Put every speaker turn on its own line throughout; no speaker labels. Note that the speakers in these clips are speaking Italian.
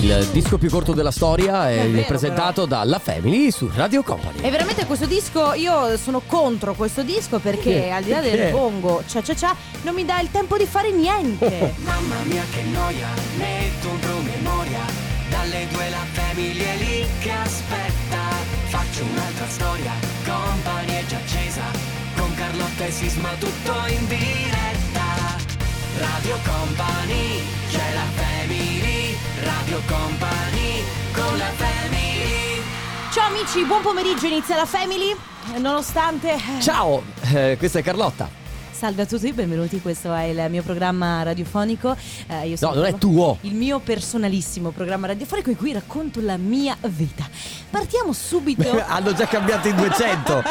il disco più corto della storia è,
È vero,
presentato dalla Family su Radio Company.
E veramente questo disco, io sono contro questo disco perché
Perché?
al di là
Perché?
del bongo, cia cia cia, non mi dà il tempo di fare niente.
Mamma mia che noia, metto un promemoria Dalle due la famiglia è lì che aspetta Faccio un'altra storia, company è già accesa Con Carlotta e Sisma tutto in diretta Radio Company, c'è la family Radio Company, con la family
Ciao amici, buon pomeriggio, inizia la Family. Nonostante...
Ciao, eh, questa è Carlotta.
Salve a tutti, benvenuti, questo è il mio programma radiofonico. Eh, io sono
No, non è
Carlo-
tuo.
Il mio personalissimo programma radiofonico in cui racconto la mia vita. Partiamo subito.
Hanno già cambiato in 200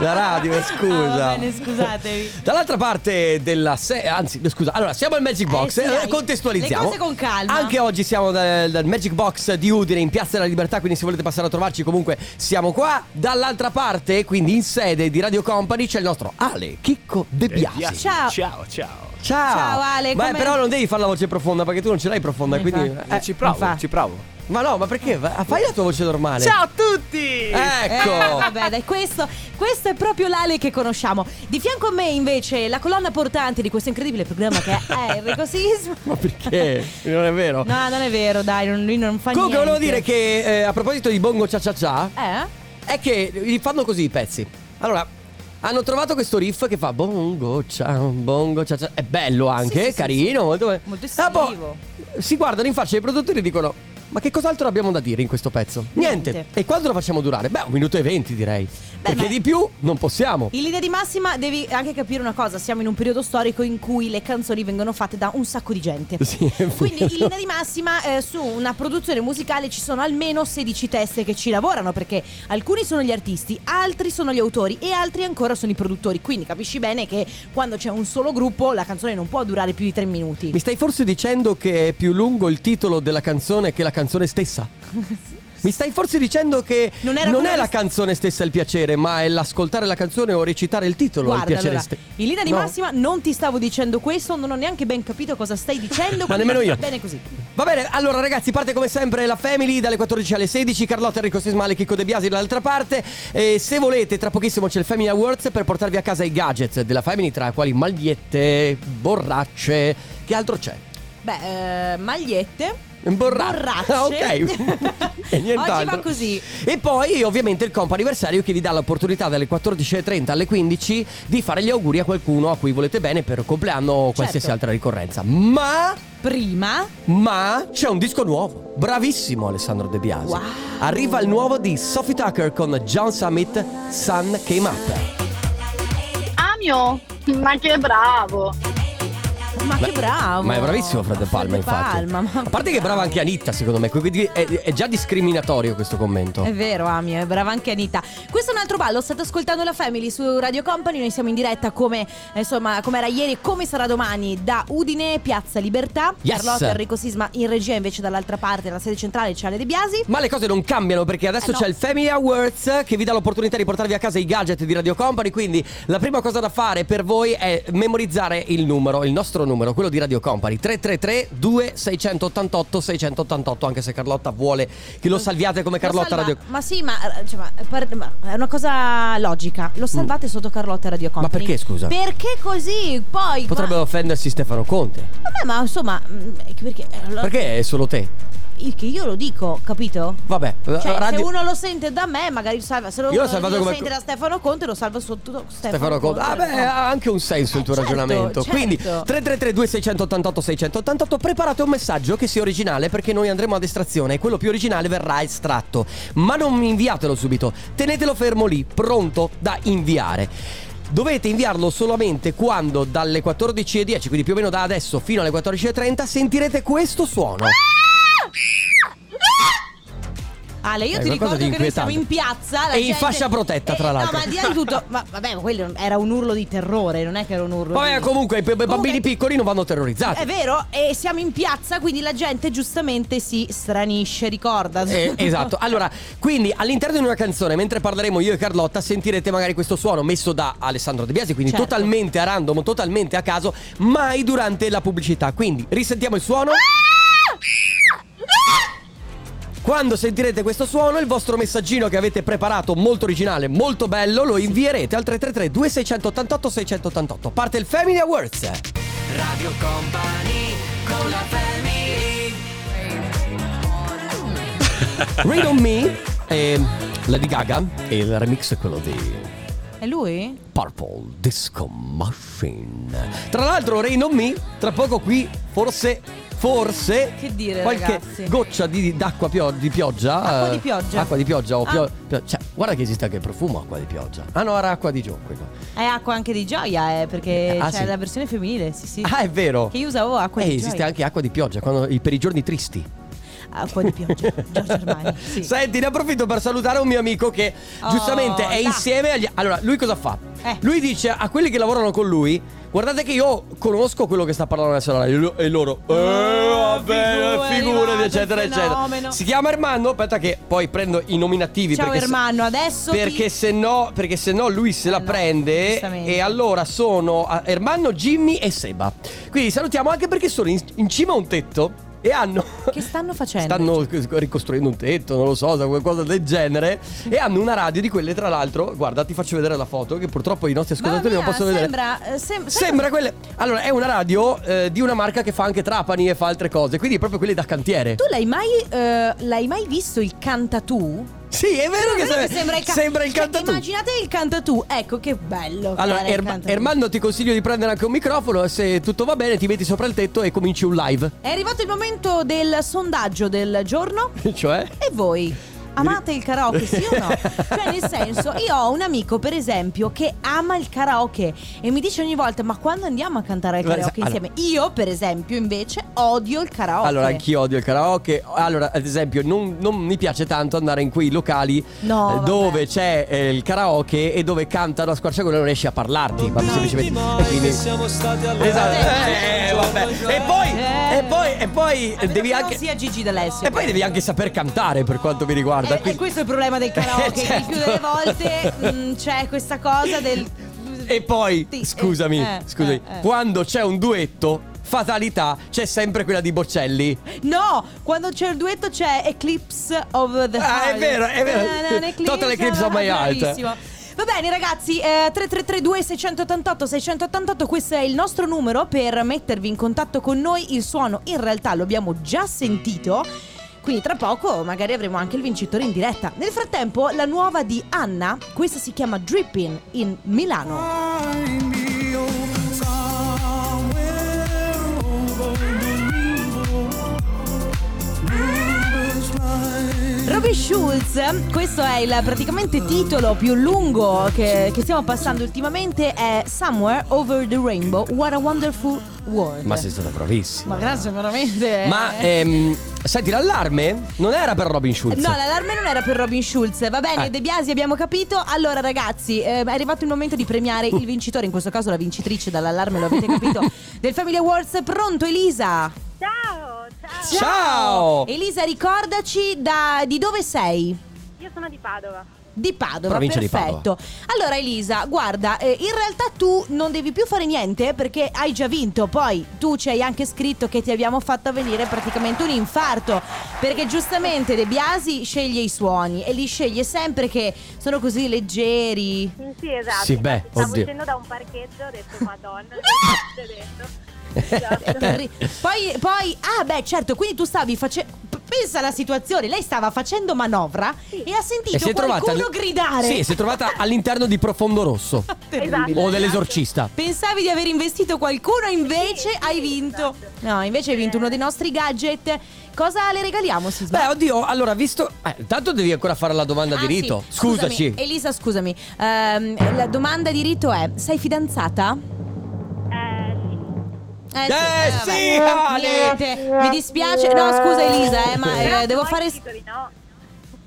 la radio, scusa.
Ah, va bene, scusatevi.
Dall'altra parte della se- anzi, scusa, allora siamo al Magic Box,
sì,
eh,
dai.
contestualizziamo.
Le cose con calma.
Anche oggi siamo dal, dal Magic Box di Udine in Piazza della Libertà, quindi se volete passare a trovarci comunque siamo qua. Dall'altra parte, quindi in sede di Radio Company c'è il nostro Ale Chicco De Biasi.
Ciao.
Ciao, ciao.
Ciao.
Ciao, Ale,
Ma
come- Esatto.
però non devi fare la voce profonda perché tu non ce l'hai profonda,
Infatti.
quindi eh,
ci provo,
infatti.
ci provo.
Ma no, ma perché? Va- Fai la tua voce normale.
a tutti!
Eh,
Ecco.
vabbè, dai, questo, questo è proprio l'ale che conosciamo. Di fianco a me, invece, la colonna portante di questo incredibile programma che è Enrico Sisma.
ma perché? Non è vero.
No, non è vero, dai, non- lui non fa
Comunque volevo dire
niente.
che eh, a proposito di Bongo Cia Cia Cia
Eh?
È che li fanno così i pezzi. Allora, hanno trovato questo riff che fa bongo ciao, bongo ciao, ciao. È bello anche,
Sì, sì,
carino, molto,
Molto
Ah, boh,
estivo.
si guardano in faccia i produttori e dicono: Ma che cos'altro abbiamo da dire in questo pezzo? Niente.
Niente.
E quanto lo facciamo durare? Beh, un minuto e venti direi. Perché
ma-
di più non possiamo.
In linea di massima devi anche capire una cosa, siamo in un periodo storico in cui le canzoni vengono fatte da un sacco di gente.
Sì, è
Quindi in
vero.
linea di massima eh, su una produzione musicale ci sono almeno 16 teste che ci lavorano perché alcuni sono gli artisti, altri sono gli autori e altri ancora sono i produttori. Quindi capisci bene che quando c'è un solo gruppo la canzone non può durare più di 3 minuti.
Mi stai forse dicendo che è più lungo il titolo della canzone che la canzone stessa? Mi stai forse dicendo che
Non era
non
quello
è
che-
la canzone stessa il piacere, ma è l'ascoltare la canzone o recitare il titolo il
Guarda,
piacere
allora,
stesso.
in linea di
No.
massima non ti stavo dicendo questo, non ho neanche ben capito cosa stai dicendo. quindi
nemmeno io.
Bene così.
Va bene, allora ragazzi, parte come sempre la Family dalle 14 alle 16, Carlotta Enrico Sismale, Chicco De Biasi dall'altra parte. E se volete, tra pochissimo c'è il Family Awards per portarvi a casa i gadget della Family, tra quali magliette, borracce, che altro c'è?
Beh, eh, magliette.
Borra-
Borracce.
Ah, ok. e nient'altro.
Oggi va così.
E poi ovviamente il comp anniversario che vi dà l'opportunità dalle 14.30 alle 15 di fare gli auguri a qualcuno a cui volete bene per compleanno o
Certo.
qualsiasi altra ricorrenza. Ma,
Prima
ma c'è un disco nuovo. Bravissimo Alessandro De Biasi.
Wow.
Arriva il nuovo di Sophie Tucker con John Summit, Sun Came Up.
Amio, ma che bravo!
Ma che bravo!
Ma è bravissimo Fred De Palma,
Fred De
infatti.
Palma, ma-
a parte che è brava anche Anitta, secondo me, quindi è, è già discriminatorio questo commento.
È vero, Amio, è brava anche Anita. Questo è un altro ballo, state ascoltando la Family su Radio Company, noi siamo in diretta come eh, insomma, come era ieri e come sarà domani da Udine, Piazza Libertà.
Yes.
Carlotta Enrico Sisma in regia, invece dall'altra parte, la sede centrale c'è Ale De Biasi.
Ma le cose non cambiano perché adesso
Eh no.
c'è il Family Awards che vi dà l'opportunità di portarvi a casa i gadget di Radio Company. Quindi la prima cosa da fare per voi è memorizzare il numero, il nostro numero, quello di Radio Company: 333-2688-688. Anche se Carlotta vuole che lo salviate come Carlotta
Lo salva-
Radio
Ma sì, ma, eh, cioè, ma, per- ma è una cosa logica. Lo salvate sotto Carlotta Radio Company.
Mm. perché, scusa?
Perché così? Poi
Potrebbe offendersi Stefano Conte.
Vabbè, ma insomma, mm, perché, eh, lo-
Perché è solo te?
il che io lo dico, capito?
Vabbè,
Cioè,
radio-
se uno lo sente da me, magari lo salva. Se lo,
Io l'ho salvato
lo
come-
sente da Stefano Conte, lo salva sotto
Stefano Conte. Ah, beh, ha anche un senso il tuo
Eh, certo,
ragionamento.
certo.
Quindi 333 2688 688 preparate un messaggio che sia originale perché noi andremo ad estrazione e quello più originale verrà estratto. Ma non inviatelo subito, tenetelo fermo lì, pronto da inviare. Dovete inviarlo solamente quando dalle 14.10, quindi più o meno da adesso fino alle 14.30, sentirete questo suono.
Ah! Ale, io
Eh,
ti
qualcosa
ricordo
di
che noi siamo
inquietante.
in piazza. la
E in
gente- Eh,
fascia protetta, tra l'altro.
No, ma al di là di tutto, ma vabbè, quello era un urlo di terrore, non è che era un urlo.
Vabbè,
di-
comunque i b- bambini
Comunque-
piccoli non vanno terrorizzati.
È vero, e siamo in piazza, quindi la gente giustamente si stranisce, ricorda.
Eh, esatto, allora, quindi all'interno di una canzone, mentre parleremo io e Carlotta, sentirete magari questo suono messo da Alessandro De Biasi, quindi
Certo.
totalmente a random, totalmente a caso, mai durante la pubblicità. Quindi risentiamo il suono. Quando sentirete questo suono, il vostro messaggino che avete preparato, molto originale, molto bello, lo invierete al 333 2688 688. Parte il Family Awards.
Radio Company con la family
Rain on Me e Lady Gaga e il remix è quello di
È lui?
Purple Disco Machine. Tra l'altro, Rain on Me, tra poco qui, forse. Forse
Che dire,
qualche
ragazzi?
goccia di, d'acqua pio- di pioggia.
Acqua
eh,
di pioggia.
Acqua di pioggia o
Ah.
pio- pio- cioè, guarda che esiste anche il profumo acqua di pioggia. Ah no, era acqua di gioco.
È acqua anche di gioia, eh, perché
Ah,
c'è
sì.
la versione femminile, sì, sì.
Ah, è vero.
Che io usavo acqua
eh,
di
esiste
gioia.
anche acqua di pioggia quando- per i giorni tristi.
Acqua di pioggia, Giorgio Armani. Sì.
Senti, ne approfitto per salutare un mio amico che
Oh,
giustamente è
là.
insieme agli... Allora, lui cosa fa?
Eh.
Lui dice a quelli che lavorano con lui, guardate che io conosco quello che sta parlando adesso alla radio", e loro... Eh,
Oh,
vabbè,
figurati,
figurati,
guarda,
eccetera,
il
eccetera.
fenomeno.
Si chiama Ermanno, aspetta che poi prendo i nominativi.
Ciao
perché se-
Ermanno, adesso ti-
Perché se no, perché se no lui se la
Eh no,
prende
giustamente.
e allora sono ah, Ermanno, Jimmy e Seba. Quindi salutiamo anche perché sono in, in cima a un tetto e hanno...
Che stanno facendo?
Stanno ricostruendo un tetto, non lo so, sa- qualcosa del genere. E hanno una radio di quelle, tra l'altro. Guarda, ti faccio vedere la foto, che purtroppo i nostri
Mamma
ascoltatori non
mia,
possono vedere.
Sembra, eh, sem-
Sembra quelle. Allora, è una radio eh, di una marca che fa anche trapani e fa altre cose. Quindi, proprio quelle da cantiere.
Tu l'hai mai, eh, l'hai mai visto il cantatù?
Sì, è vero che,
Veramente
sembra,
sembra il, ca-
sembra il
cioè,
cantatù.
Immaginate il cantatù, ecco che bello.
Allora,
fare il
Erma-
cantatù.
Ermanno, ti consiglio di prendere anche un microfono. e Se tutto va bene, ti metti sopra il tetto e cominci un live.
È arrivato il momento del sondaggio del giorno.
cioè.
E voi? Amate il karaoke, sì o no? Cioè, nel senso, io ho un amico, per esempio, che ama il karaoke e mi dice ogni volta: Ma quando andiamo a cantare al
Guarda,
karaoke
allora-
insieme? Io, per esempio, invece, odio il karaoke.
Allora, anch'io odio il karaoke. Allora, ad esempio, non, non mi piace tanto andare in quei locali
No,
eh,
vabbè.
dove c'è eh, il karaoke e dove cantano a squarciagola e non riesci a parlarti. Ma semplicemente. E quindi.
siamo stati Cioè, alla
Esatto.
Eh,
Eh, vabbè. E poi,
Eh.
e poi, e poi
A meno
devi
che non
anche.
sia Gigi D'Alessio.
E poi devi anche saper cantare per quanto mi riguarda.
E,
quindi-
questo è il problema del karaoke. che Il
Certo.
più delle volte mm, c'è questa cosa del.
E poi,
Sì, eh,
scusami,
eh,
scusami,
eh, eh.
quando c'è un duetto, fatalità, c'è sempre quella di Boccelli.
No, quando c'è il duetto c'è Eclipse of the
Ah, è
Heart.
vero, è vero.
Na, na, na,
Total Eclipse of my heart.
bravissimo. Va bene ragazzi, eh, 3332 688 688, questo è il nostro numero per mettervi in contatto con noi. Il suono in realtà lo abbiamo già sentito, quindi tra poco magari avremo anche il vincitore in diretta. Nel frattempo la nuova di Anna, questa si chiama Dripping in Milano. Roby Schulz, questo è il praticamente titolo più lungo che, che stiamo passando ultimamente, è Somewhere Over the Rainbow, What a Wonderful World.
Ma sei stata bravissima.
Ma grazie veramente.
Ma ehm, senti, l'allarme non era per Robin Schulz.
No, l'allarme non era per Robin Schulz, va bene,
Eh.
De Biasi abbiamo capito. Allora ragazzi, eh, è arrivato il momento di premiare il vincitore, in questo caso la vincitrice dall'allarme, lo avete capito, del Family Awards. Pronto Elisa?
Ciao, ciao,
Ciao!
Elisa, ricordaci da- di dove sei?
io sono di Padova.
Di Padova,
Provincia di
perfetto. Allora Elisa, guarda, eh, in realtà tu non devi più fare niente perché hai già vinto. Poi tu ci hai anche scritto che ti abbiamo fatto venire praticamente un infarto. Perché giustamente De Biasi sceglie i suoni e li sceglie sempre che sono così leggeri.
Mm, Sì, esatto.
Sì, beh,
Infatti Stavo
oddio.
uscendo da un parcheggio, ho detto Madonna, che sta succedendo?" Esatto.
Terri- Poi, poi, ah beh certo, quindi tu stavi facendo... Pensa alla situazione, lei stava facendo manovra e ha sentito
E si è trovata.
qualcuno
all-
gridare.
Sì, si è trovata all'interno di Profondo Rosso.
Terribile.
Esatto.
o dell'esorcista.
Pensavi di aver investito qualcuno, invece
Sì,
hai
sì,
vinto.
esatto.
No, invece hai vinto uno dei nostri gadget. Cosa le regaliamo, Sisma?
Beh, oddio, allora, visto. Eh, tanto devi ancora fare la domanda di
Ah, sì,
rito.
scusami,
Scusaci.
Elisa, scusami. Ehm, la domanda di rito è: sei fidanzata?
Eh, sì.
Eh,
Eh,
vabbè.
sì, Ale!
Niente, mi dispiace. No, scusa Elisa, eh, ma eh,
Però
devo
poi
fare.
dico di no.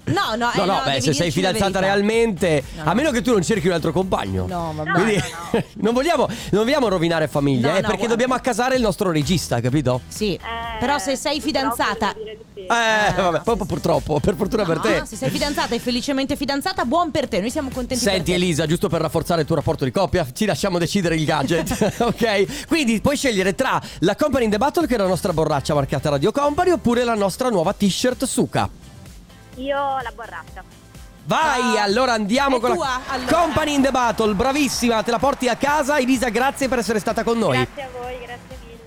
No, no, eh,
No, no, beh,
devi
se sei
dirci la
fidanzata
verità.
realmente,
No,
a
no.
meno che tu non cerchi un altro compagno.
No, vabbè.
Quindi,
No, no,
non, vogliamo, non vogliamo rovinare famiglia,
No,
eh,
no,
perché
guarda.
dobbiamo accasare il nostro regista, capito?
Sì,
Eh,
però se sei
purtroppo
fidanzata.
devo dire di sì.
Eh, vabbè,
sì,
proprio
sì.
purtroppo, per fortuna per
No,
te.
Se sei fidanzata e felicemente fidanzata, buon per te. Noi siamo contenti per
Senti
te.
Elisa, giusto per rafforzare il tuo rapporto di coppia, ci lasciamo decidere il gadget, ok? Quindi puoi scegliere tra la Company in the Battle, che è la nostra borraccia marchiata Radio Company, oppure la nostra nuova t-shirt Suka.
Io la borraccia.
Vai,
Ah,
allora andiamo
è
con
tua,
la
allora.
Company in the Battle, bravissima, te la porti a casa. Elisa, grazie per essere stata con noi.
Grazie a voi, grazie mille.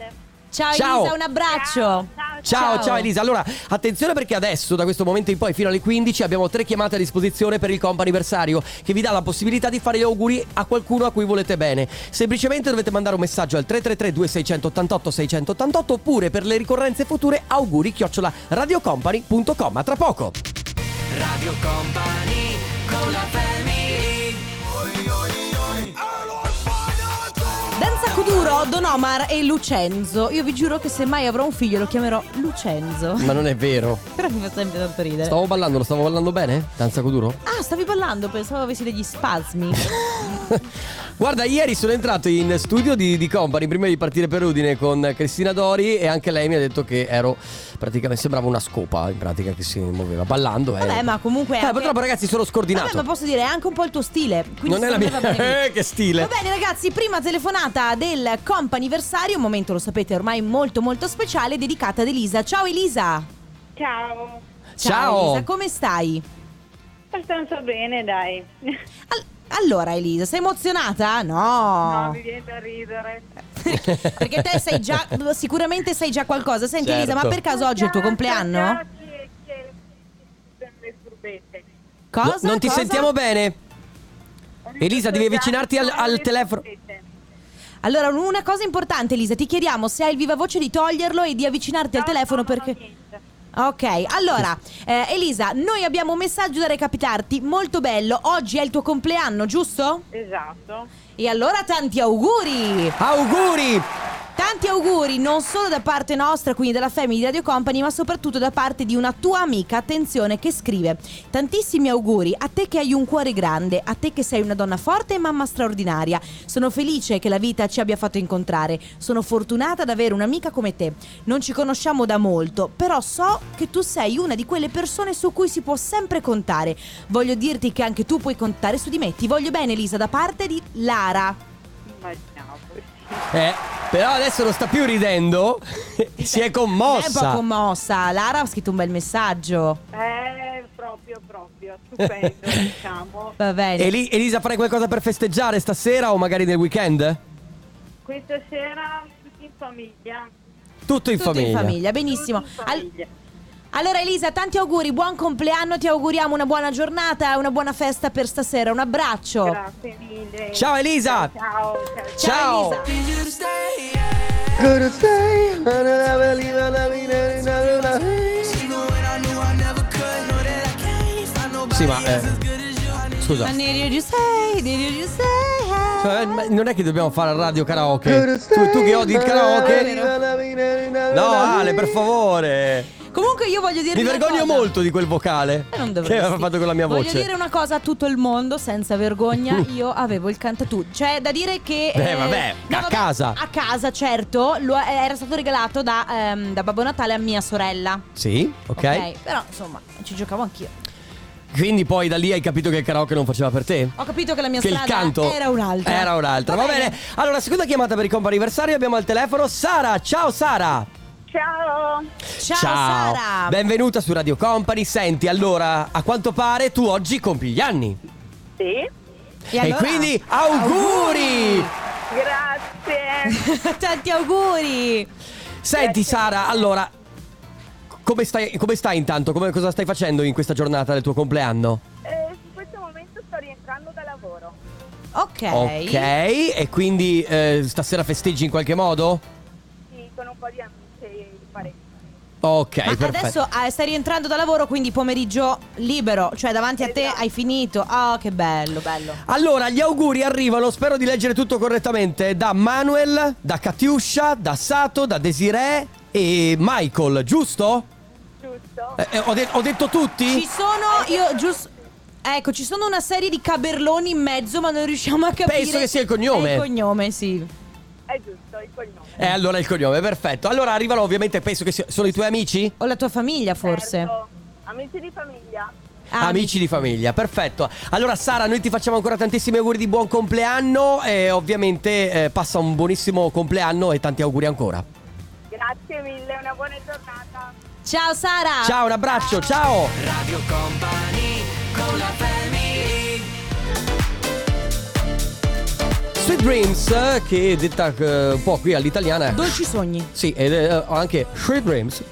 Ciao,
Ciao.
Elisa, un abbraccio.
Ciao,
Ciao, ciao
Ciao.
Elisa. Allora, attenzione perché adesso, da questo momento in poi, fino alle 15, abbiamo tre chiamate a disposizione per il comp anniversario che vi dà la possibilità di fare gli auguri a qualcuno a cui volete bene. Semplicemente dovete mandare un messaggio al 333-2688-688 oppure per le ricorrenze future auguri chiocciola radiocompany.com. A tra poco.
Radio Company con la family
Danza Cuduro, Don Omar e Lucenzo. Io vi giuro che se mai avrò un figlio lo chiamerò Lucenzo.
Ma non è vero.
Però mi fa sempre tanto ridere.
Stavo ballando, lo stavo ballando bene? Danza Coduro?
Ah, stavi ballando, pensavo avessi degli spasmi.
Guarda, ieri sono entrato in studio di, di Company prima di partire per Udine con Cristina Dori e anche lei mi ha detto che ero praticamente sembrava una scopa in pratica che si muoveva ballando. eh.
Vabbè, ma comunque.
Eh,
anche-
purtroppo ragazzi sono scordinato.
Vabbè, ma posso dire, è anche un po' il tuo stile. Quindi
non è la mia.
secondo me va bene.
Eh, che stile.
Va bene ragazzi, prima telefonata del comp anniversario, un momento lo sapete ormai molto molto speciale, dedicata ad Elisa. Ciao Elisa!
Ciao.
Ciao.
Elisa, come stai?
Abbastanza bene, dai.
Al- allora Elisa, sei emozionata? No!
No, mi viene da ridere.
Perché te sei già, sicuramente sai già qualcosa. Senti
Certo.
Elisa, ma per caso oggi è il tuo compleanno?
Che- che- che- le furbette.
No,
Cosa?
non ti
Cosa?
sentiamo bene. Elisa, devi avvicinarti al- al telefono.
Allora, una cosa importante Elisa, ti chiediamo se hai il viva voce di toglierlo e di avvicinarti al telefono perché... Ok, allora eh, Elisa, noi abbiamo un messaggio da recapitarti, molto bello, oggi è il tuo compleanno, giusto?
Esatto.
E allora tanti auguri!
Auguri!
Tanti auguri non solo da parte nostra, quindi della Family di Radio Company, ma soprattutto da parte di una tua amica, attenzione, che scrive Tantissimi auguri a te che hai un cuore grande, a te che sei una donna forte e mamma straordinaria. Sono felice che la vita ci abbia fatto incontrare. Sono fortunata ad avere un'amica come te. Non ci conosciamo da molto, però so che tu sei una di quelle persone su cui si può sempre contare. Voglio dirti che anche tu puoi contare su di me. Ti voglio bene, Elisa, da parte di Lara.
Immaginavo.
Eh, però adesso non sta più ridendo. si è
È un po'
commossa.
commossa. Lara ha scritto un bel messaggio.
Eh, proprio, proprio, stupendo, diciamo.
Va bene.
Eli- Elisa, farai qualcosa per festeggiare stasera o magari nel weekend?
Questa sera tutti in famiglia.
Tutto in
Tutto
famiglia.
in famiglia, benissimo.
Tutti in
Al-
famiglia.
allora Elisa, tanti auguri, buon compleanno, ti auguriamo una buona giornata, una buona festa per stasera, un abbraccio.
Grazie mille.
Ciao, Elisa.
Ciao, ciao. ciao.
Ciao.
Elisa.
Sì, ma eh, scusa.
And did you say, did you say-
Eh, ma Non è che dobbiamo fare radio karaoke. Tu, tu che odi il karaoke? No, Ale, per favore.
Comunque io voglio dire
Mi vergogno molto di quel vocale.
Eh, Non
che
dovresti.
aveva fatto con la mia
Voglio dire
voce.
una cosa a tutto il mondo, senza vergogna, io avevo il cantatù. Cioè, da dire che.
Beh, Eh, vabbè, a casa.
A casa, certo. lo- eh, era stato regalato da, ehm, da Babbo Natale a mia sorella.
Sì, ok.
Però, insomma, ci giocavo anch'io.
Quindi poi da lì hai capito che il karaoke non faceva per te?
Ho capito che la mia
che il
strada
canto
era un'altra.
Era un'altra, va, bene. Allora, seconda chiamata per il compo anniversario. Abbiamo al telefono Sara. Ciao Sara.
Ciao.
Ciao, Sara.
Benvenuta su Radio Company. Senti, allora, a quanto pare tu oggi compi gli anni.
Sì.
e, allora?
quindi auguri!
Grazie.
Tanti auguri.
Senti Sara, allora come stai, come stai intanto? Come, cosa stai facendo in questa giornata del tuo compleanno?
Eh, in questo momento sto rientrando da lavoro.
Ok.
Ok, e quindi eh, stasera festeggi in qualche modo?
Sì, con un po' di amici e di parenti.
Ok,
Ma
perfetto.
adesso eh, stai rientrando da lavoro, quindi pomeriggio libero, cioè davanti a te hai finito. Oh, che bello, bello.
Allora, gli auguri arrivano, spero di leggere tutto correttamente, da Manuel, da Katiuscia, da Sato, da Desiree e Michael, giusto?
Giusto?
Eh, eh, ho, de- ho detto tutti?
Ci sono, io giusto. Ecco, ci sono una serie di caberloni in mezzo, ma non riusciamo a capire.
Penso che sia il cognome.
È il cognome, sì.
È giusto, il cognome.
Eh, allora il cognome, perfetto. Allora arrivano ovviamente, penso che sia- sono i tuoi amici?
O la tua famiglia, forse.
Certo. Amici di famiglia.
Ah,
Amici di famiglia, perfetto. Allora Sara, noi ti facciamo ancora tantissimi auguri di buon compleanno e ovviamente eh, passa un buonissimo compleanno e tanti auguri ancora.
Grazie. Grazie mille, una buona giornata.
Ciao Sara.
Ciao, un abbraccio, ciao.
Radio Company con la family
Sweet Dreams, eh, che detta eh, un po' qui all'italiana. è-
Dolci sogni.
Sì, ed eh, ho anche Sweet Dreams.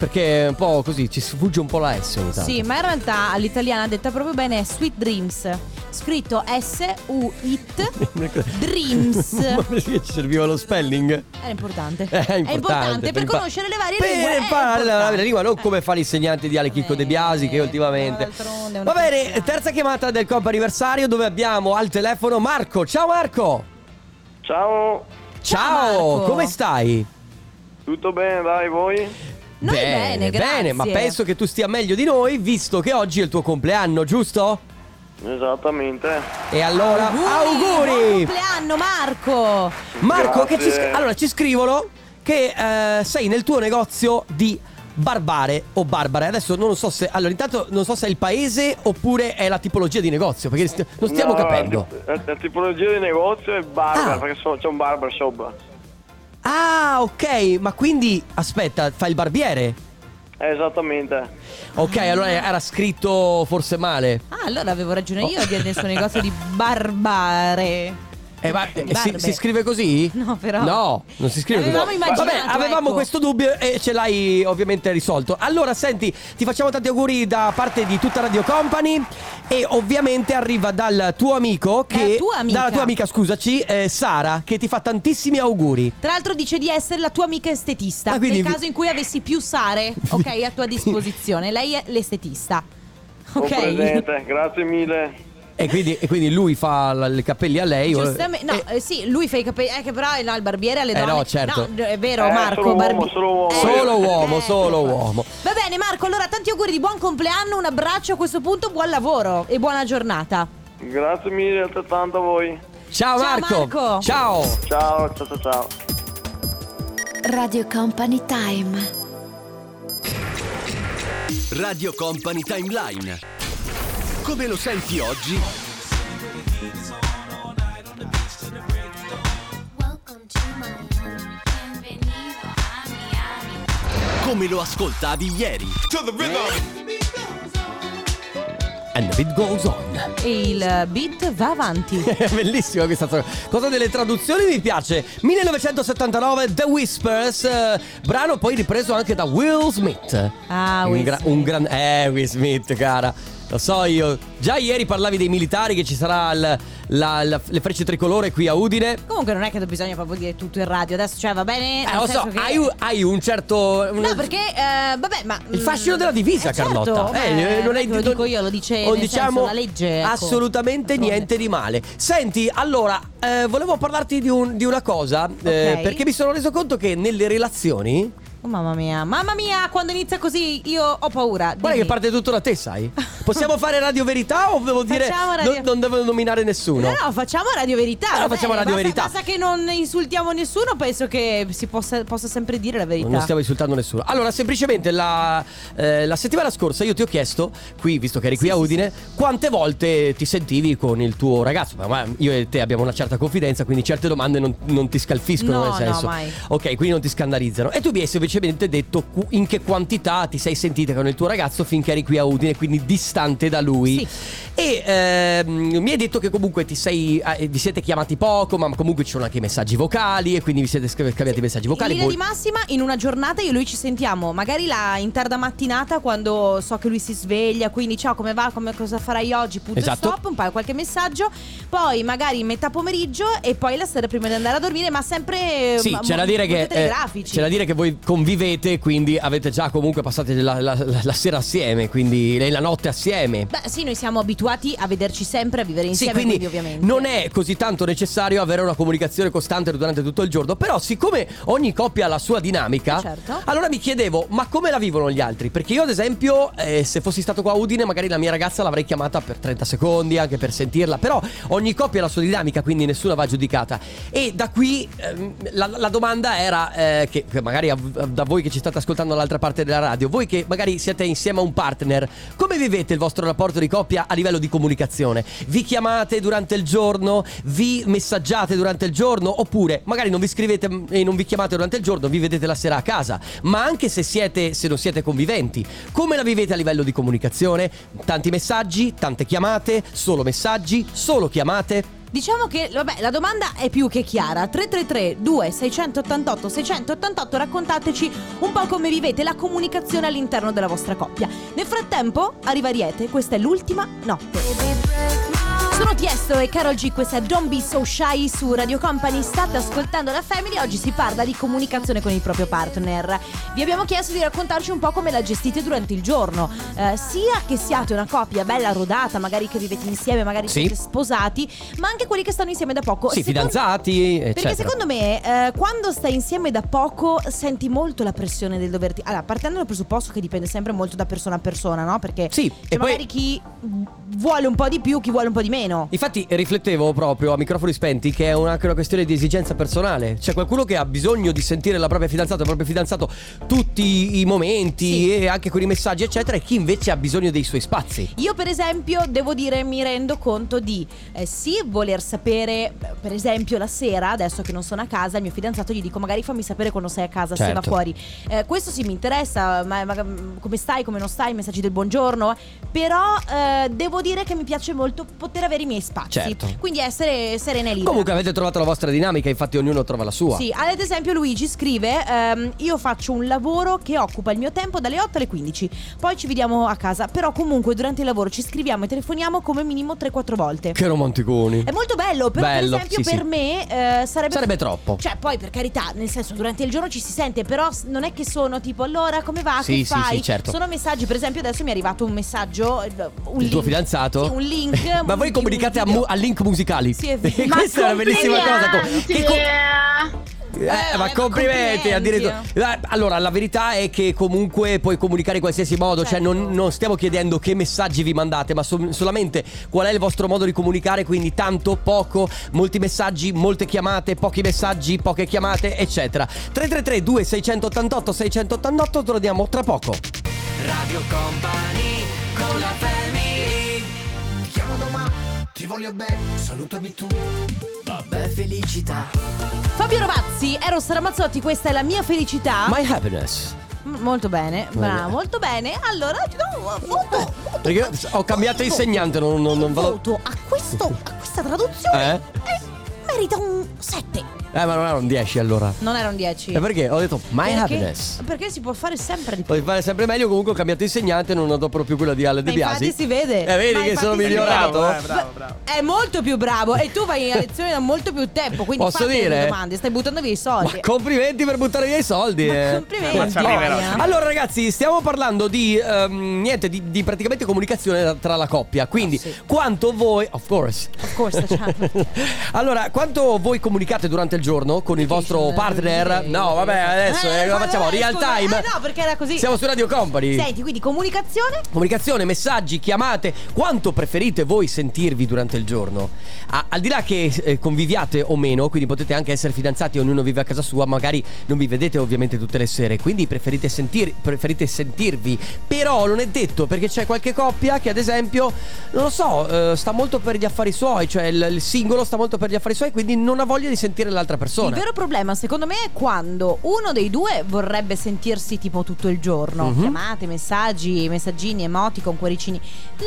Perché è un po' così, ci sfugge un po' la S ogni tanto.
Sì, ma in realtà all'italiana detta proprio bene è Sweet Dreams. Scritto S-U-IT Dreams.
Ma perché ci serviva lo spelling?
È importante.
È importante,
per
impa-
conoscere le varie
per
lingue. è
imparare la- la,
importante.
lingua, non come fa l'insegnante di Alechicco De Biasi che
Eh,
ultimamente.
d'altronde è una
Va bene,
persona.
terza chiamata del Coppa Anniversario dove abbiamo al telefono Marco. Ciao Marco!
Ciao,
Ciao,
Marco.
come stai?
tutto bene, dai, voi?
Noi bene, grazie.
ma penso che tu stia meglio di noi visto che oggi è il tuo compleanno, giusto?
Esattamente.
E allora
Auguri!
auguri!
Buon compleanno Marco!
Marco, che ci,
Grazie.
sc- allora ci scrivono che eh, sei nel tuo negozio di Barbare o Barbare. Adesso non lo so se. Allora, intanto non so se è il paese oppure è la tipologia di negozio, perché st- non stiamo
No,
capendo.
La, la tipologia di negozio è barber,
Ah.
perché so- c'è un barber shop.
Ah, ok, ma quindi aspetta, fai il barbiere?
Eh, Esattamente.
Ok,
Ah.
allora era scritto forse male.
Ah, allora avevo ragione io a dire nel suo negozio di barbare.
Eh, ma eh, si,
Barbe.
si scrive così?
No, però.
No, non si scrive
Avevamo
così.
immaginato,
Vabbè, avevamo
ecco.
questo dubbio e ce l'hai ovviamente risolto. Allora, senti, ti facciamo tanti auguri da parte di tutta Radio Company. E ovviamente arriva dal tuo amico che.
Dalla tua amica.
dalla tua amica, scusaci, eh, Sara, che ti fa tantissimi auguri.
Tra l'altro dice di essere la tua amica estetista.
Ah, quindi-
Nel caso in cui avessi più Sare, ok, a tua disposizione. Lei è l'estetista.
Ho
Ok.
presente, grazie mille.
E quindi, e quindi lui fa la- i capelli a lei. o-
Giustamente, no,
eh,
eh, sì, lui fa i capelli. Eh, che però eh, no, il barbiere alle
Eh,
donne.
no, certo.
No, è vero,
Eh,
Marco.
solo
barbi-
uomo, solo uomo.
Eh. Solo uomo,
ecco
solo
qua.
uomo.
Va bene, Marco. Allora, tanti auguri di buon compleanno. Un abbraccio a questo punto. Buon lavoro e buona giornata.
Grazie mille altrettanto a voi.
Ciao,
Ciao,
Marco. Ciao.
Marco.
Ciao, ciao, ciao, ciao.
Radio Company Time.
Radio Company Timeline. Come lo senti oggi? Come lo ascoltavi ieri?
And it goes on.
E il beat va avanti.
È bellissima questa tro- cosa delle traduzioni mi piace 1979 The Whispers eh, brano poi ripreso anche da Will Smith
Ah,
un
Will
gran-
Smith.
un gran eh Will Smith cara lo so io già ieri parlavi dei militari che ci sarà il- la- la- le frecce tricolore qui a Udine
Comunque non è che bisogna proprio dire tutto in radio adesso, cioè va bene.
eh
nel
lo so
senso che-
hai, un- hai un certo un-
No, perché eh, vabbè, ma
il fascino della divisa,
Eh, certo,
Carlotta.
beh, non è che lo dico io, lo dice
eh, non diciamo
nel senso, la legge, ecco.
assolutamente
D'altronde.
niente di male. Senti, allora, eh, volevo parlarti di, un- di una cosa. eh,
Ok.
perché mi sono reso conto che nelle relazioni.
Oh, mamma mia, mamma mia, quando inizia così io ho paura.
Guarda
Dimmi.
che parte tutto da te, sai? Possiamo fare radio verità o devo dire.
Facciamo radio-
non- non devo nominare nessuno.
No, no, facciamo radio verità.
Allora
va
facciamo
bene,
radio
basta-
verità.
Basta che non insultiamo nessuno, penso che si possa, possa sempre dire la verità.
Non stiamo insultando nessuno. Allora, semplicemente la, eh, la settimana scorsa io ti ho chiesto, qui, visto che eri qui a Udine, quante volte ti sentivi con il tuo ragazzo? Ma, ma io e te abbiamo una certa confidenza, quindi certe domande non, non ti scalfiscono,
No,
nel
no,
senso.
mai.
Ok, quindi non ti scandalizzano. E tu mi hai semplicemente detto cu- in che quantità ti sei sentita con il tuo ragazzo finché eri qui a Udine, quindi distante da lui.
Sì.
E ehm, mi hai detto che comunque ti sei, eh, vi siete chiamati poco, ma comunque ci sono anche i messaggi vocali e quindi vi siete scambi- scambiati i messaggi vocali.
In linea
Voi-
di massima, in una giornata io e lui ci sentiamo, magari la, in tarda mattinata quando so che lui si sveglia, quindi ciao come va, come, cosa farai oggi, punto e
Esatto.
stop, un paio qualche messaggio, poi magari metà pomeriggio e poi la sera prima di andare a dormire, ma sempre...
Sì,
ma-
c'è da, dire
molto
che, eh,
telegrafici.
c'è da dire che voi convivete, quindi avete già comunque passato la, la- la- la sera assieme, quindi e la notte assieme.
Beh sì, noi siamo abituati a vederci sempre, a vivere
Sì,
insieme,
quindi,
ovviamente.
non è così tanto necessario avere una comunicazione costante durante tutto il giorno, però siccome ogni coppia ha la sua dinamica,
Certo.
allora mi chiedevo, ma come la vivono gli altri? Perché io ad esempio, eh, se fossi stato qua a Udine, magari la mia ragazza l'avrei chiamata per 30 secondi, anche per sentirla, però ogni coppia ha la sua dinamica, quindi nessuna va giudicata. E da qui ehm, la, la domanda era, eh, che, che magari a- da voi che ci state ascoltando dall'altra parte della radio, voi che magari siete insieme a un partner, come vivete veramente il vostro rapporto di coppia a livello di comunicazione. Vi chiamate durante il giorno, vi messaggiate durante il giorno, oppure magari non vi scrivete mm, e non vi chiamate durante il giorno, vi vedete la sera a casa. Ma anche se siete, se non siete conviventi, come la vivete a livello di comunicazione? Tanti messaggi, tante chiamate, solo messaggi, solo chiamate.
Diciamo che, vabbè, la domanda è più che chiara. 333-2688-688, raccontateci un po' come vivete la comunicazione all'interno della vostra coppia. Nel frattempo, arriva Ariete, questa è l'ultima notte. Sono Tiesto e Carol G, questa è Don't Be So Shy su Radio Company. State ascoltando la Family, oggi si parla di comunicazione con il proprio partner. Vi abbiamo chiesto di raccontarci un po' come la gestite durante il giorno, Eh, sia che siate una coppia bella rodata, magari che vivete insieme, magari
Sì.
siete sposati, ma anche quelli che stanno insieme da poco.
Sì,
Secondo-
fidanzati, eccetera.
Perché secondo me eh, quando stai insieme da poco senti molto la pressione del doverti... Allora, partendo dal presupposto che dipende sempre molto da persona a persona, no? Perché
Sì,
c'è
e poi-
Cioè, magari chi vuole un po' di più, chi vuole un po' di meno.
Infatti riflettevo proprio a microfoni spenti che è un- anche una questione di esigenza personale. C'è qualcuno che ha bisogno di sentire la propria fidanzata, il proprio fidanzato tutti i momenti
Sì.
e anche con i messaggi eccetera e chi invece ha bisogno dei suoi spazi.
Io per esempio devo dire mi rendo conto di eh, sì voler sapere beh, per esempio la sera adesso che non sono a casa il mio fidanzato gli dico magari fammi sapere quando sei a casa se va
Certo.
fuori Eh, questo sì mi interessa ma, ma- come stai come non stai messaggi del buongiorno però eh, devo dire che mi piace molto poter avere i miei spazi
Certo.
quindi essere serena e libera
Comunque avete trovato la vostra dinamica, infatti ognuno trova la sua.
sì, ad esempio Luigi scrive ehm, Io faccio un lavoro che occupa il mio tempo dalle 8 alle 15 Poi ci vediamo a casa Però comunque durante il lavoro ci scriviamo e telefoniamo come minimo 3-4 volte
Che romanticoni.
È molto bello Però
Bello,
per
sì,
esempio per
sì.
me eh, sarebbe...
Sarebbe troppo.
Cioè poi per carità Nel senso durante il giorno ci si sente Però s- non è che sono tipo Allora come va?
Sì,
che
sì,
fai?
sì, certo.
Sono messaggi Per esempio adesso mi è arrivato un messaggio eh, un
il tuo
link-
fidanzato?
Sì, un link
Ma
un-
voi
di
comunicate
un
a, mu-
video.
a link musicali.
Sì, è vero.
Ma
Questa è una bellissima cosa. ecco.
complimenti!
Che co- Eh,
vabbè,
ma
ma
complimenti,
complimenti.
addirittura. Eh, Allora, la verità è che comunque puoi comunicare in qualsiasi modo, cioè
Certo.
non, non stiamo chiedendo che messaggi vi mandate, ma so- solamente qual è il vostro modo di comunicare, quindi tanto, poco, molti messaggi, molte chiamate, pochi messaggi, poche chiamate, eccetera. 333 2688 688 torniamo tra poco.
Radio Company con la family
Ti chiamo domani, ti voglio bene, salutami tu.
Vabbè felicità
Fabio Rovazzi, Eros Ramazzotti Questa è la mia felicità
My happiness.
M- Molto bene, bravo, molto bene. Allora, ti do un voto. voto
Eh, Perché io ho cambiato insegnante, non, non, non vado-
voto a, questo, a questa traduzione
Eh?
eh, merita un 7.
Eh, ma non era un 10 allora.
Non era un 10.
E perché? Ho detto my
Perché-
Eh, happiness.
Perché si può fare sempre di più.
Puoi fare sempre meglio, comunque ho cambiato insegnante, non adopero più quella di Ale De
Ma infatti
Biasi.
si vede.
Eh, vedi
Ma
che
infatti
sono
si vede. eh,
migliorato?
Bravo, eh, bravo, bravo.
È molto più bravo e tu vai a lezione da molto più tempo, quindi
Posso
fate le
dire?
domande, stai buttando via i soldi.
Ma complimenti per buttare via i soldi.
Ma
eh.
complimenti.
Ma ci arriverò.
Aria.
Allora ragazzi, stiamo parlando di ehm, niente, di, di praticamente comunicazione da- tra la coppia. Quindi,
Ah, sì.
quanto voi, of course.
Of course, certo.
allora, quanto voi comunicate durante il giorno con il vostro
Vacation,
partner?
eh,
No, vabbè, adesso
eh,
eh, lo
vabbè,
facciamo real
scusa,
time.
eh, no, perché era così.
Siamo su Radio Company.
Senti, quindi comunicazione
Comunicazione, messaggi, chiamate, quanto preferite voi sentirvi durante il giorno? A- al di là che eh, conviviate o meno, quindi potete anche essere fidanzati, ognuno vive a casa sua, magari non vi vedete ovviamente tutte le sere, quindi preferite, sentir- preferite sentirvi, però non è detto perché c'è qualche coppia che ad esempio, non lo so, eh, sta molto per gli affari suoi, cioè il, il singolo sta molto per gli affari suoi, quindi non ha voglia di sentire l'altra
Il
persona.
vero problema, secondo me, è quando uno dei due vorrebbe sentirsi tipo tutto il giorno,
Mhm.
chiamate, messagggi, messaggini, emoticon, cuoricini.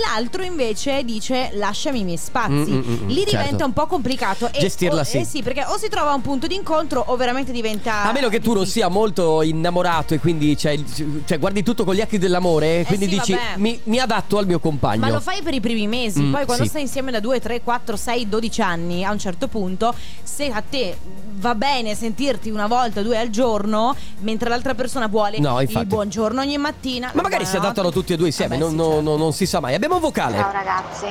L'altro invece dice "Lasciami i miei spazi".
Mm, mm, mm,
Lì
certo.
diventa un po' complicato e
Gestirla,
o-
sì.
eh perché o si trova un punto di incontro o veramente diventa
A meno che tu non sia molto innamorato e quindi cioè, il- cioè, guardi tutto con gli occhi dell'amore e quindi
Eh sì,
dici
vabbè.
mi, mi adatto al mio compagno.
Ma lo fai per i primi mesi,
Mm,
poi quando
sì.
stai insieme da 2, 3, 4, 6, 12 anni, a un certo punto, se a te va bene sentirti una volta, due al giorno, mentre l'altra persona vuole
No, infatti.
il buongiorno ogni mattina.
Ma magari si adattano tutti e due insieme, non, non-
certo.
non- non si sa mai. Abbiamo un vocale.
Ciao ragazzi.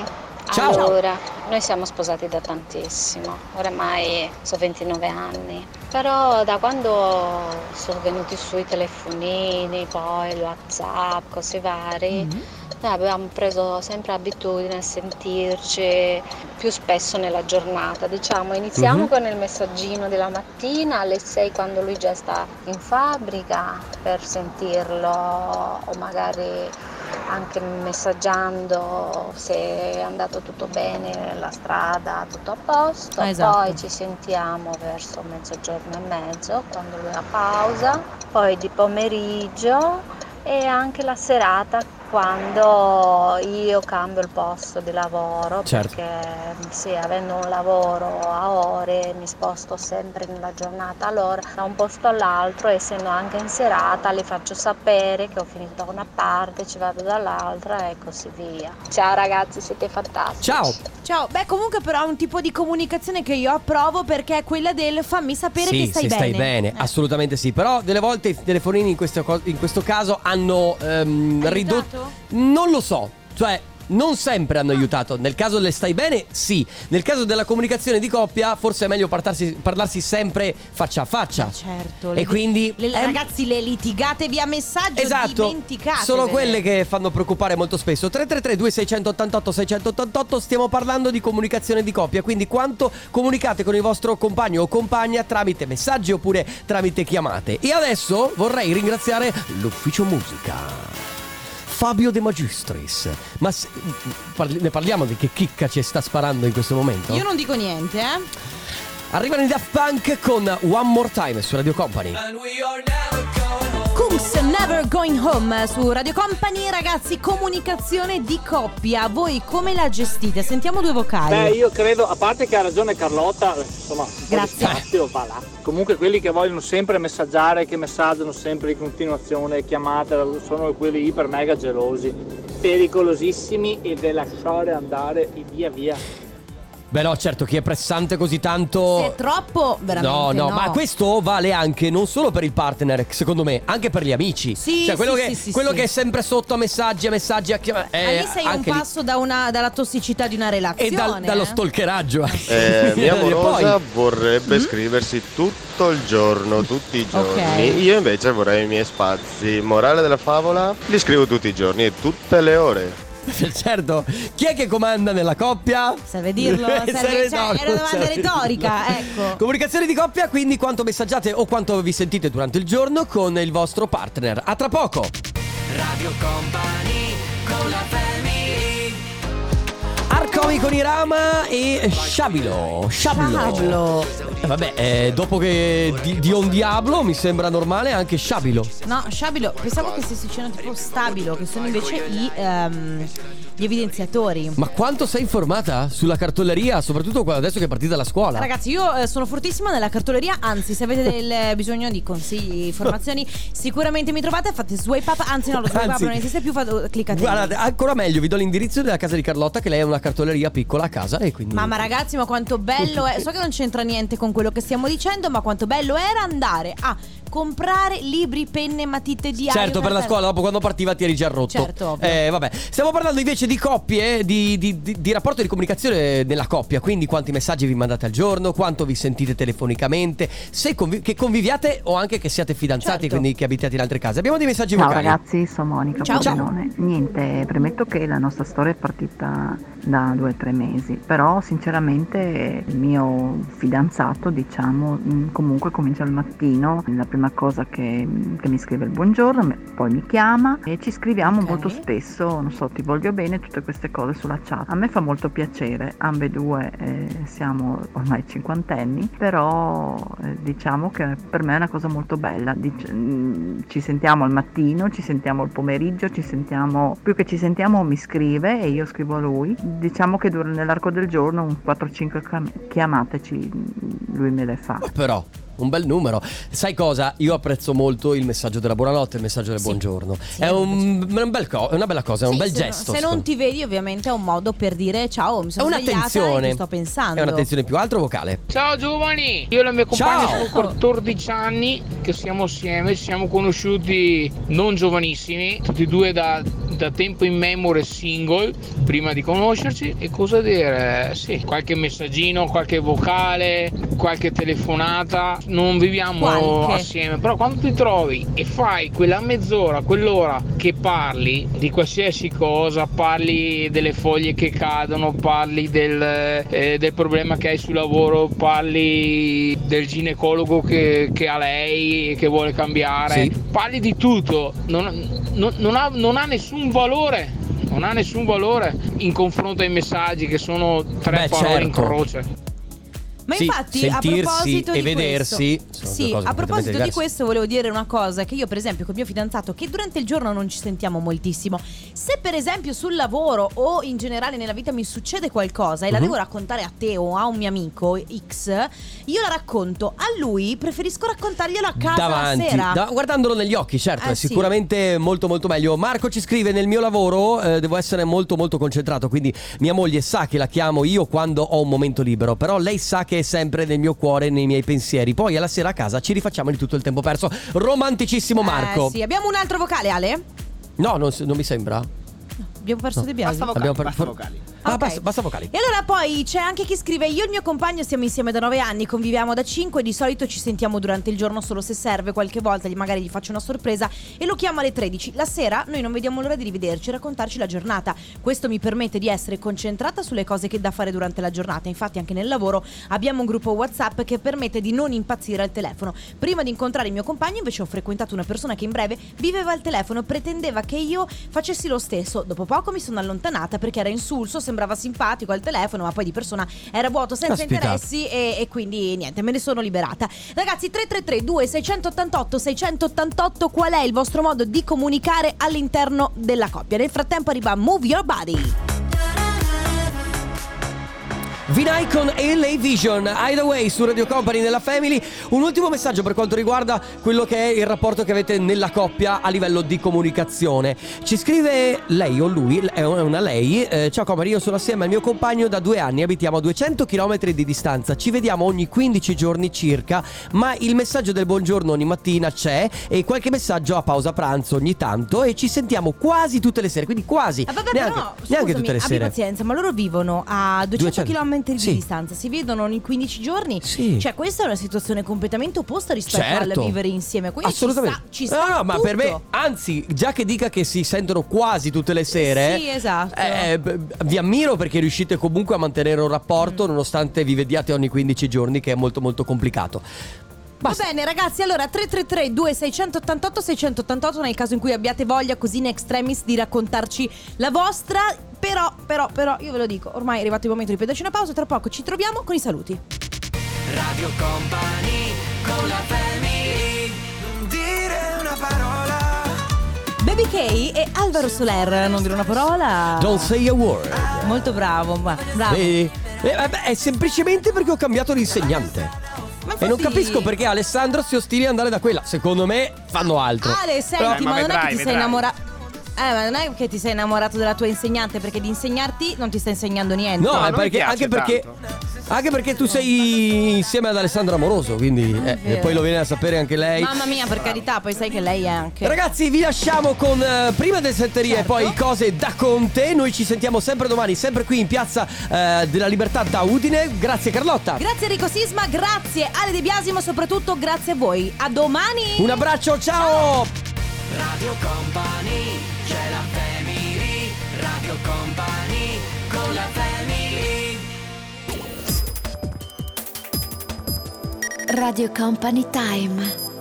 Ciao.
Allora, noi siamo sposati da tantissimo, oramai so 29 anni, però da quando sono venuti su i telefonini, poi il WhatsApp, cose varie,
certo.
noi abbiamo Eh, preso sempre abitudine a sentirci più spesso nella giornata. Diciamo, iniziamo
Mhm.
con il messaggino della mattina alle 6 quando lui già sta in fabbrica per sentirlo o magari anche messaggiando se è andato tutto bene, la strada, tutto a posto.
Ah, esatto.
Poi ci sentiamo verso mezzogiorno e mezzo, quando lui ha pausa, poi di pomeriggio e anche la serata quando io cambio il posto di lavoro
Certo.
perché sì, avendo un lavoro a ore mi sposto sempre nella giornata allora da un posto all'altro essendo anche in serata le faccio sapere che ho finito da una parte ci vado dall'altra e così via ciao ragazzi siete fantastici
Ciao.
Eh, Ciao, beh comunque però è un tipo di comunicazione che io approvo perché è quella del fammi sapere
sì,
che stai
se
bene.
stai bene,
Eh.
assolutamente sì. Però delle volte i telefonini in questo, co- in questo caso hanno ehm,
Aiutato?
ridotto... Non lo so, cioè non sempre hanno aiutato. Nel caso del stai bene, sì. Nel caso della comunicazione di coppia, forse è meglio partarsi- parlarsi sempre faccia a faccia.
Ma certo.
E quindi...
le-
è-
Ragazzi le litigate via messaggio
Esatto,
dimenticate.
sono quelle che fanno preoccupare molto spesso. 333-2688-688, stiamo parlando di comunicazione di coppia, quindi quanto comunicate con il vostro compagno o compagna tramite messaggi oppure tramite chiamate. E adesso vorrei ringraziare l'ufficio musica. Fabio De Magistris. Ma se- parli- ne parliamo di che chicca ci sta sparando in questo momento?
Io non dico niente, eh.
Arrivano i Daft Punk con One More Time su Radio Company.
Eh. Cooks Never Going Home su Radio Company, ragazzi, comunicazione di coppia. Voi come la gestite? Sentiamo due vocali.
Beh, Eh, io credo, a parte che ha ragione Carlotta, insomma, un po' di
Grazie.
spazio va là. Comunque quelli che vogliono sempre messaggiare, che messaggiano sempre in continuazione, chiamate, sono quelli iper mega gelosi, pericolosissimi e da lasciare andare e via via.
Beh no, certo, chi è pressante così tanto...
Se è troppo, veramente.
No, no, ma questo vale anche non solo per il partner, secondo me, anche per gli amici.
Sì,
cioè, quello,
sì,
che,
sì, sì,
quello
sì.
che è sempre sotto a messaggi, a messaggi, a chiamate.
Ma lì sei un
anche lì.
passo da una- dalla tossicità di una relazione.
E dal- dallo
eh.
stalkeraggio.
Eh, mia
E poi-
amorosa vorrebbe scriversi tutto il giorno, tutti i giorni.
Ok.
Io invece vorrei i miei spazi. Morale della favola, li scrivo tutti i giorni e tutte le ore.
certo, chi è che comanda nella coppia?
Serve dirlo? Serve,
Serve-
cioè,
no,
era una
non
domanda
serve
retorica,
dirlo.
ecco.
Comunicazione di coppia, quindi quanto messaggiate o quanto vi sentite durante il giorno con il vostro partner. A tra poco.
Radio Company con la family
Arcomi con Irama e Sciabilo. Sciabilo.
Sciabilo.
Eh, vabbè, eh, dopo che di, di Un Diablo mi sembra normale anche Sciabilo.
No, sciabilo, pensavo che stessero tipo stabilo, che sono invece i, ehm, gli evidenziatori.
Ma quanto sei informata sulla cartoleria, soprattutto qua- adesso che è partita la scuola?
Ragazzi, io eh, sono fortissima nella cartoleria, anzi, se avete del eh, bisogno di consigli, informazioni, sicuramente mi trovate, fate swipe up, anzi no, lo swipe
Anzi,
up non esiste più, fate, oh, cliccate. lì.
Guardate, ancora meglio, vi do l'indirizzo della casa di Carlotta, che lei ha una cartoleria piccola a casa e quindi.
Mamma ragazzi, ma quanto bello è. So che non c'entra niente con quello che stiamo dicendo, ma quanto bello era andare a comprare libri, penne, matite, diari.
Certo, per la
cartella.
scuola, dopo quando partiva ti eri già rotto.
Certo, ovvio.
Eh, vabbè. Stiamo parlando invece di coppie, eh, di, di- di- di rapporto di comunicazione nella coppia, quindi quanti messaggi vi mandate al giorno, quanto vi sentite telefonicamente, se convi- che conviviate o anche che siate fidanzati,
Certo.
quindi che abitate in altre case. Abbiamo dei messaggi
Ciao
vocali.
ragazzi, sono Monica
Ciao.
Pordenone. Niente, premetto che la nostra storia è partita da due o tre mesi, però sinceramente il mio fidanzato, diciamo, mh, comunque comincia al mattino, la prima cosa che, mm, che mi scrive il buongiorno, me- poi mi chiama e ci scriviamo
Ok.
molto spesso, non so, ti voglio bene, tutte queste cose sulla chat. A me fa molto piacere, ambedue eh, siamo ormai cinquantenni, però eh, diciamo che per me è una cosa molto bella. Dic- mm, ci sentiamo al mattino, ci sentiamo al pomeriggio, ci sentiamo più che ci sentiamo mi scrive e io scrivo a lui. Diciamo che dur- nell'arco del giorno un 4-5 chiam- chiamate ci- mm, lui me le fa.
Oh, Però. Un bel numero. Sai cosa? Io apprezzo molto il messaggio della buonanotte e il messaggio del buongiorno.
Sì,
è, un, un bel co- è una bella cosa, è un
Sì,
bel
se no-
gesto.
se non ti vedi, ovviamente è un modo per dire ciao, mi
è
sono svegliata e
un'attenzione.
ti sto pensando.
È un'attenzione più altro vocale.
Ciao giovani, io e la mia compagna
Ciao.
sono 14 anni che siamo assieme, ci siamo conosciuti non giovanissimi, tutti e due da, da tempo in memoria single, prima di conoscerci e cosa dire? Eh, Sì, qualche messaggino, qualche vocale, qualche telefonata, non viviamo
Oh,
Qualche.
assieme, però quando ti trovi e fai quella mezz'ora, quell'ora che parli di qualsiasi cosa, parli delle foglie che cadono, parli del, eh, del problema che hai sul lavoro, parli del ginecologo che, che ha lei, lì che vuole cambiare,
Sì.
parli di tutto, non, non- non ha, non ha nessun valore, non ha nessun valore in confronto ai messaggi che sono tre
Beh,
parole in
certo.
croce.
Ma
Sì,
infatti, a
sentirsi
proposito
e
di
vedersi
questo,
sono
Sì,
due cose
a
completamente
proposito di
diverse.
questo, volevo dire una cosa: che io, per esempio, col mio fidanzato, che durante il giorno non ci sentiamo moltissimo. Se, per esempio, sul lavoro o in generale nella vita mi succede qualcosa e la
Mhm.
devo raccontare a te o a un mio amico X, io la racconto a lui, preferisco raccontarglielo a casa la
davanti,
sera.
da- guardandolo negli occhi, certo,
Eh,
è
sì.
sicuramente molto molto meglio. Marco ci scrive: Nel mio lavoro eh, devo essere molto molto concentrato, quindi mia moglie sa che la chiamo io quando ho un momento libero, però lei sa che è sempre nel mio cuore e nei miei pensieri. Poi alla sera a casa ci rifacciamo di tutto il tempo perso. Romanticissimo Marco.
Eh, sì, abbiamo un altro vocale, Ale?
No, non, s- non mi sembra.
Abbiamo perso
No.
De Biasi.
Abbiamo per- for- Ah, basta, basta vocali.
E allora poi c'è anche chi scrive Io e il mio compagno stiamo insieme da 9 anni, conviviamo da 5 Di solito ci sentiamo durante il giorno solo se serve Qualche volta gli- magari gli faccio una sorpresa E lo chiamo alle 13 La sera noi non vediamo l'ora di rivederci e raccontarci la giornata Questo mi permette di essere concentrata sulle cose che da fare durante la giornata Infatti anche nel lavoro abbiamo un gruppo Whatsapp Che permette di non impazzire al telefono Prima di incontrare il mio compagno invece ho frequentato una persona che in breve viveva al telefono Pretendeva che io facessi lo stesso Dopo poco mi sono allontanata perché era insulso Sembrava simpatico al telefono ma poi di persona era vuoto senza
Caspita.
interessi e, e quindi niente me ne sono liberata Ragazzi 333 2688 688 Qual è il vostro modo di comunicare all'interno della coppia? Nel frattempo arriva Move Your Body
Vinay con LA Vision, Hideaway su Radio Company nella Family. Un ultimo messaggio per quanto riguarda quello che è il rapporto che avete nella coppia a livello di comunicazione. Ci scrive lei o lui, è una lei. eh, Ciao Company, io sono assieme al mio compagno da due anni, abitiamo a 200 km di distanza, ci vediamo ogni 15 giorni circa, ma il messaggio del buongiorno ogni mattina c'è e qualche messaggio a pausa pranzo ogni tanto e ci sentiamo quasi tutte le sere, quindi quasi.
Ah, vabbè,
neanche,
però, scusami,
neanche tutte le
abbi
sere.
pazienza, ma loro vivono a 200,
200.
km di
Sì.
distanza, si vedono ogni 15 giorni.
Sì.
Cioè, questa è una situazione completamente opposta rispetto
Certo.
al vivere insieme. Quindi
Assolutamente.
ci sta, ci sta
no, no, ma per me,
tutto.
anzi, già che dica che si sentono quasi tutte le sere,
Sì, esatto.
eh, b- b- vi ammiro perché riuscite comunque a mantenere un
Mm.
rapporto nonostante vi vediate ogni 15 giorni, che è molto molto complicato.
Va bene ragazzi, allora 333 2688 688 nel caso in cui abbiate voglia così in extremis di raccontarci la vostra. Però, però, però, io ve lo dico, ormai è arrivato il momento di prenderci una pausa, tra poco ci troviamo con i saluti.
Radio Company con la family. Non dire una parola.
Baby K e Alvaro Soler, non dire una parola.
Don't say a word.
Molto bravo, ma bravo.
Vedi? Eh, vabbè, è semplicemente perché ho cambiato l'insegnante. E non
infatti-
capisco perché Alessandro si ostini ad andare da quella. Secondo me fanno altro.
Ale,
Però- eh,
senti, ma, non è che ti sei innamorato. Eh, ma non è che ti sei innamorato della tua insegnante, perché di insegnarti non ti sta insegnando niente.
No, è perché, anche perché. Anche perché tu sei insieme ad Alessandro Amoroso, quindi eh, e
Ah, vero.
poi lo viene a sapere anche lei.
Mamma mia, per carità, poi sai che lei è anche.
Ragazzi, vi lasciamo con eh, prima del setteria e poi cose da Conte. Noi ci sentiamo sempre domani, sempre qui in piazza eh, della Libertà da Udine. Grazie Carlotta.
Grazie Enrico Sisma, grazie Ale De Biasimo, soprattutto grazie a voi. A domani!
Un abbraccio, ciao!
Radio Company, c'è la family. Radio Company con la family.
Radio Company Time.